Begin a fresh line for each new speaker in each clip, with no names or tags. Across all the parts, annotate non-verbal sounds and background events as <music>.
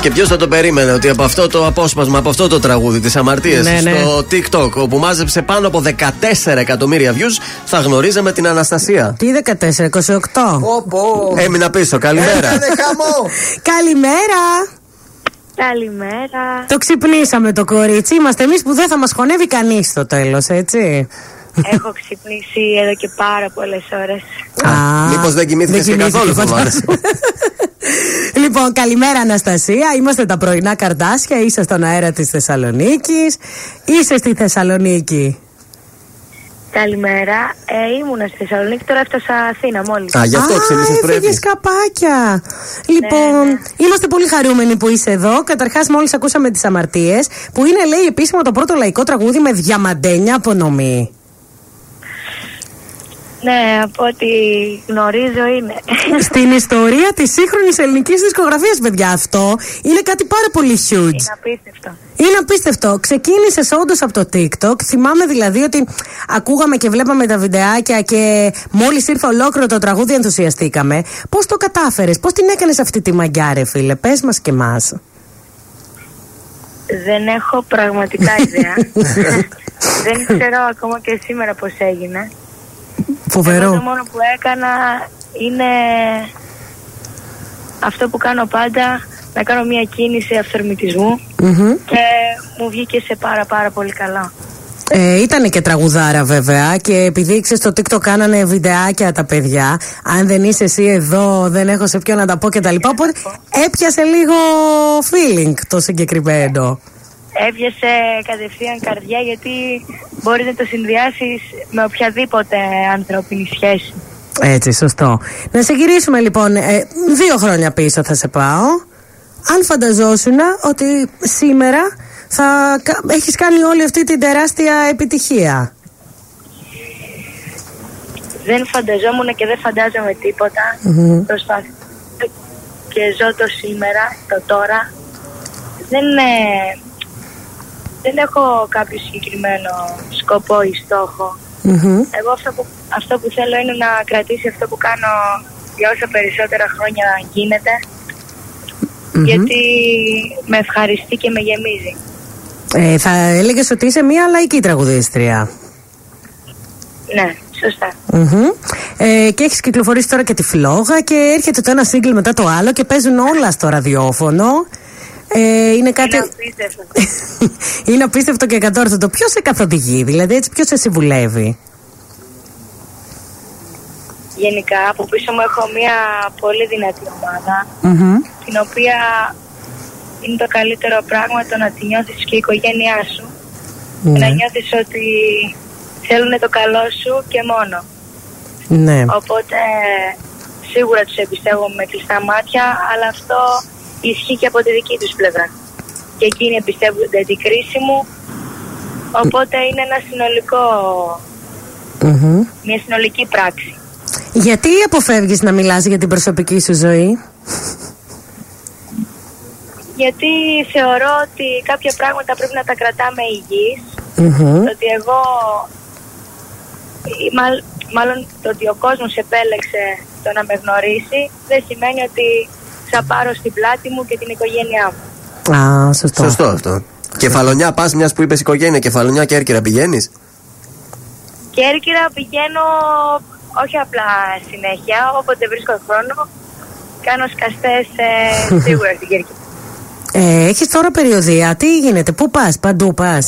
Και ποιος θα το περίμενε ότι από αυτό το απόσπασμα, από αυτό το τραγούδι της αμαρτίας
Ναι, ναι.
στο TikTok, όπου μάζεψε πάνω από 14 εκατομμύρια views, θα γνωρίζαμε την Αναστασία.
Τι 14, 28.
Πω, πω.
Έμεινα πίσω,
Ε,
καλημέρα.
ναι.
Έκανε χαμό.
Καλημέρα! <laughs>
Καλημέρα.
Το ξυπνήσαμε το κορίτσι. Είμαστε εμείς που δεν θα μας χωνεύει κανείς στο τέλος, έτσι.
Έχω ξυπνήσει εδώ και πάρα πολλές ώρες.
Α,
μήπως δεν κοιμήθηκες και καθόλου,
φαντάζομαι. <laughs> λοιπόν, καλημέρα Αναστασία. Είμαστε τα πρωινά καρτάσια. Είσαι στον αέρα της Θεσσαλονίκης. Είσαι στη Θεσσαλονίκη.
Καλημέρα. Ε, ήμουνα στη Θεσσαλονίκη, τώρα έφτασα Α, μόλις.
Α, γι' αυτό
Α,
ξύπνησε
έφυγες
πρέπει.
καπάκια. Λοιπόν,
ναι.
είμαστε πολύ χαρούμενοι που είσαι εδώ. Καταρχάς, μόλις ακούσαμε τις αμαρτίες, που είναι, λέει, επίσημα το πρώτο λαϊκό τραγούδι με διαμαντένια απονομή.
Ναι, από ό,τι γνωρίζω είναι.
Στην ιστορία της σύγχρονης ελληνικής δισκογραφίας, παιδιά, αυτό είναι κάτι πάρα πολύ huge.
είναι απίστευτο.
Είναι απίστευτο. Ξεκίνησε όντως από το TikTok. Θυμάμαι δηλαδή ότι ακούγαμε και βλέπαμε τα βιντεάκια και μόλις ήρθε ολόκληρο το τραγούδι ενθουσιαστήκαμε. Πώς το κατάφερες, πώς την έκανες αυτή τη μαγκιά, ρε φίλε, πες μας και εμάς.
Δεν έχω πραγματικά ιδέα. Δεν ξέρω ακόμα και σήμερα πώς έγινε. Εγώ το
Φοβερό.
μόνο που έκανα είναι αυτό που κάνω πάντα, να κάνω μια κίνηση αυθορμητισμού
Μμμ.
και μου βγήκε σε πάρα πάρα πολύ καλά.
Ε, ήτανε και τραγουδάρα βέβαια και επειδή ξέρεις στο TikTok κάνανε βιντεάκια τα παιδιά αν δεν είσαι εσύ εδώ δεν έχω σε ποιο να τα πω και τα λοιπά οπότε έπιασε λίγο feeling το συγκεκριμένο
Έβιασε κατευθείαν καρδιά γιατί μπορεί να το συνδυάσεις με οποιαδήποτε ανθρώπινη σχέση.
έτσι σωστό να σε γυρίσουμε λοιπόν ε, δύο χρόνια πίσω θα σε πάω αν φανταζόσουν ότι σήμερα θα κα- έχεις κάνει όλη αυτή την τεράστια επιτυχία
Δεν φανταζόμουν και δεν φαντάζομαι τίποτα.
Μμμ.
Προσπαθώ και ζω το σήμερα, το τώρα. Δεν, ε, δεν έχω κάποιο συγκεκριμένο σκοπό ή στόχο.
Μμμ.
Εγώ αυτό που, αυτό που θέλω είναι να κρατήσει αυτό που κάνω για όσα περισσότερα χρόνια γίνεται,
Μμμ.
Γιατί με ευχαριστεί και με γεμίζει.
Ε, θα έλεγες ότι είσαι μια λαϊκή τραγουδίστρια
Ναι, σωστά.
Μμμ. Ε, και έχεις κυκλοφορήσει τώρα και τη φλόγα και έρχεται το ένα σύγκλι μετά το άλλο και παίζουν όλα στο ραδιόφωνο. Ε, είναι κάτι. <laughs>
Είναι απίστευτο.
είναι απίστευτο και εκατόρθωτο. Ποιος σε καθοδηγεί, δηλαδή έτσι, ποιος σε συμβουλεύει.
Γενικά, από πίσω μου έχω μια πολύ δυνατή ομάδα.
Μμμ.
την οποία είναι το καλύτερο πράγμα το να τη νιώθεις και η οικογένειά σου και να
Ναι.
νιώθεις ότι θέλουν το καλό σου και μόνο.
ναι.
Οπότε σίγουρα τους εμπιστεύομαι με κλειστά μάτια, αλλά αυτό ισχύει και από τη δική τους πλευρά. Και εκείνοι εμπιστεύονται την κρίση μου, οπότε είναι ένα συνολικό,
Μμμ.
μια συνολική πράξη.
Γιατί αποφεύγεις να μιλάς για την προσωπική σου ζωή.
Γιατί θεωρώ ότι κάποια πράγματα πρέπει να τα κρατάμε υγιείς
Μμμ.
Το ότι εγώ. ή μάλ- μάλλον το ότι ο κόσμος επέλεξε το να με γνωρίσει δεν σημαίνει ότι θα πάρω στην πλάτη μου και την οικογένειά μου.
Α, σωστό.
Σωστό αυτό. Κεφαλονιά, πας μιας που είπες οικογένεια, κεφαλονιά και έρκυρα πηγαίνεις.
Κέρκυρα πηγαίνω όχι απλά συνέχεια, όποτε βρίσκω χρόνο. Κάνω σκαστές σίγουρα στην Κέρκυρα.
Ε, έχεις τώρα περιοδία. Τι γίνεται, πού πας, παντού πας.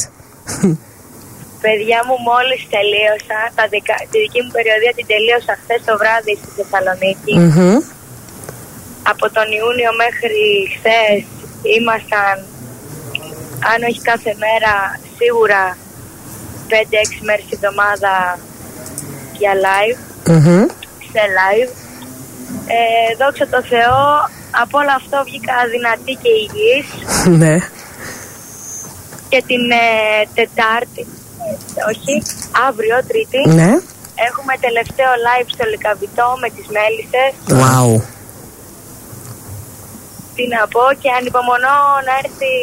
Παιδιά μου, μόλις τελείωσα τα δικα- τη δική μου περιοδία, την τελείωσα χθες το βράδυ στη Θεσσαλονίκη.
Μμμ.
από τον Ιούνιο μέχρι χθες ήμασταν, αν όχι κάθε μέρα, σίγουρα 5-6 μέρες την εβδομάδα για live,
Μμμ.
σε live. Ε, δόξα τω Θεώ, από όλο αυτό βγήκα δυνατή και υγιής
ναι.
και την ε, Τετάρτη, ε, όχι, αύριο Τρίτη,
Ναι.
έχουμε τελευταίο live στο Λικαβιτό με τις Μέλισσες.
Wow.
τι να πω και ανυπομονώ να, έρθει,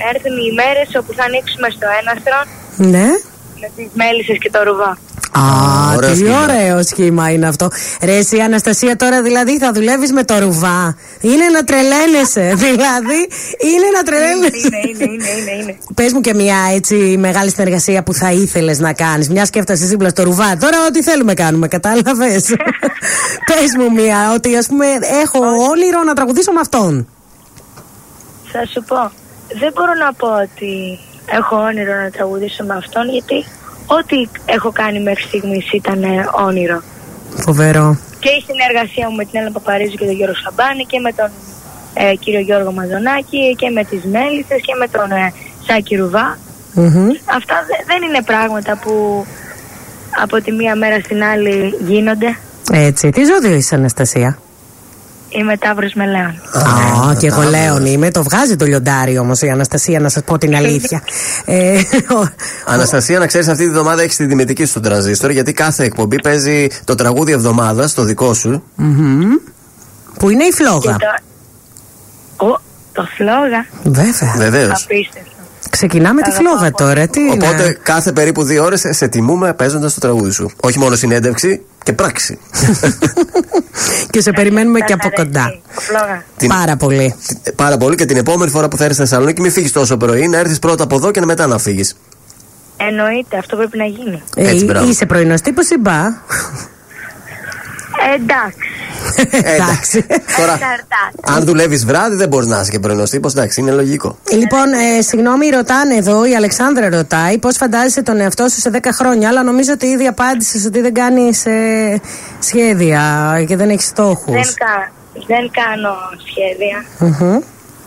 να έρθουν οι μέρες όπου θα ανοίξουμε στο Έναστρο
Ναι.
με τις μέλισσες και το ρουβά.
Α,
ωραίο
τι
σχήμα.
ωραίο σχήμα είναι αυτό. Ρε, εσύ, Αναστασία, τώρα δηλαδή θα δουλεύεις με το ρουβά. Είναι να τρελαίνεσαι. <laughs> δηλαδή, είναι να τρελαίνεσαι.
Είναι, είναι, είναι, είναι, είναι.
Πες μου και μια έτσι μεγάλη συνεργασία που θα ήθελες να κάνεις. Μια σκέφτεσαι δίπλα στο ρουβά. Τώρα, ό,τι θέλουμε κάνουμε, κατάλαβες.
<laughs>
Πες μου μια, ότι ας πούμε έχω όνειρο να τραγουδήσω με αυτόν.
Θα σου πω. Δεν μπορώ να πω ότι έχω όνειρο να τραγουδήσω με αυτόν, γιατί ό,τι έχω κάνει μέχρι στιγμής ήταν ε, όνειρο.
Φοβερό.
Και η συνεργασία μου με την Έλληνα Παπαρίζου και τον Γιώργο Σαμπάνη και με τον ε, κύριο Γιώργο Μαζονάκη και με τις Μέλισσες και με τον ε, Σάκη Ρουβά.
Μμμ.
Αυτά δε- δεν είναι πράγματα που από τη μία μέρα στην άλλη γίνονται.
Έτσι. Τι ζώδιο είσαι, Αναστασία.
Είμαι Ταύρος Μελέων.
Α, και εγώ Λέων είμαι. Το βγάζει το λιοντάρι όμως η Αναστασία, να σας πω την αλήθεια. Ε, ο-
Αναστασία, να ξέρεις, αυτή τη βδομάδα έχεις τη δημητική σου στον τρανζίστορ γιατί κάθε εκπομπή παίζει το τραγούδι εβδομάδας, το δικό σου.
Μμμ. Που είναι η
Και
φλόγα.
το... Ο, το φλόγα.
Βέβαια.
Βεβαίως.
Απίστευτο.
Ξεκινάμε τη
Αγαπάω
φλόγα
πολύ.
τώρα. Τι είναι.
Οπότε κάθε περίπου δύο ώρες σε τιμούμε παίζοντας το τραγούδι σου. Όχι μόνο συνέντευξη και πράξη.
και σε περιμένουμε και
Σας
από
αρέσει
κοντά.
το Φλόγα.
Την-
Πάρα πολύ.
Ε, Πάρα πολύ και την επόμενη φορά που θα έρθεις στη Θεσσαλονίκη, μην φύγεις τόσο πρωί, να έρθεις πρώτα από εδώ και μετά να φύγεις.
Εννοείται, αυτό πρέπει να γίνει.
Ε,
Έτσι, μπράβο.
είσαι πρωινός τύπος ή μπα.
Ε, εντάξει.
Εντάξει.
Ε,
<laughs>
Τώρα,
Εξαρτάται.
αν δουλεύεις βράδυ, δεν μπορείς να είσαι και πρωινός τύπος. Εντάξει, είναι λογικό.
Λοιπόν, ε, συγγνώμη, ρωτάνε εδώ, η Αλεξάνδρα ρωτάει πώς φαντάζεσαι τον εαυτό σου σε 10 χρόνια, αλλά νομίζω ότι ήδη απάντησες ότι δεν κάνεις σχέδια και δεν έχεις στόχους.
Δεν, κα- δεν κάνω σχέδια.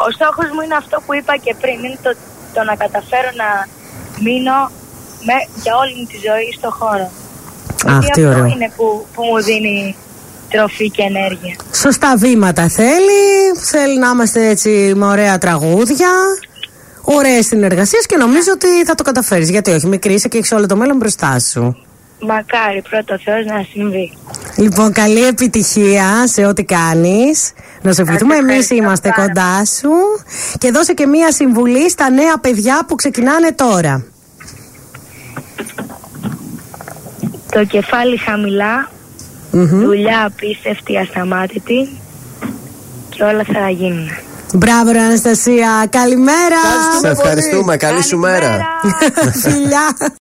Ο στόχος μου είναι αυτό που είπα και πριν. Είναι το, το να καταφέρω να μείνω με, για όλη μου τη ζωή στο χώρο.
Αχ,
Γιατί
τι
αυτό
ωραίο.
είναι που, που μου δίνει τροφή και ενέργεια.
Σωστά βήματα θέλει. Θέλει να είμαστε έτσι με ωραία τραγούδια. Ωραίες συνεργασίες και νομίζω ότι θα το καταφέρεις. Γιατί όχι, μικρή είσαι και έχεις όλο το μέλλον μπροστά σου.
Μακάρι πρώτο Θεός να συμβεί.
Λοιπόν, καλή επιτυχία σε ό,τι κάνεις. Να σε ευχηθούμε.
Σας
Εμείς
ευχαριστώ
είμαστε
πάρα
κοντά σου. Και δώσε και μία συμβουλή στα νέα παιδιά που ξεκινάνε τώρα.
Το κεφάλι χαμηλά,
Μμμ.
δουλειά απίστευτη, ασταμάτητη και όλα θα γίνουν.
Μπράβο, ρε Αναστασία. Καλημέρα.
Σε ευχαριστούμε. Καλή σου μέρα.
Καλημέρα.
Φιλιά.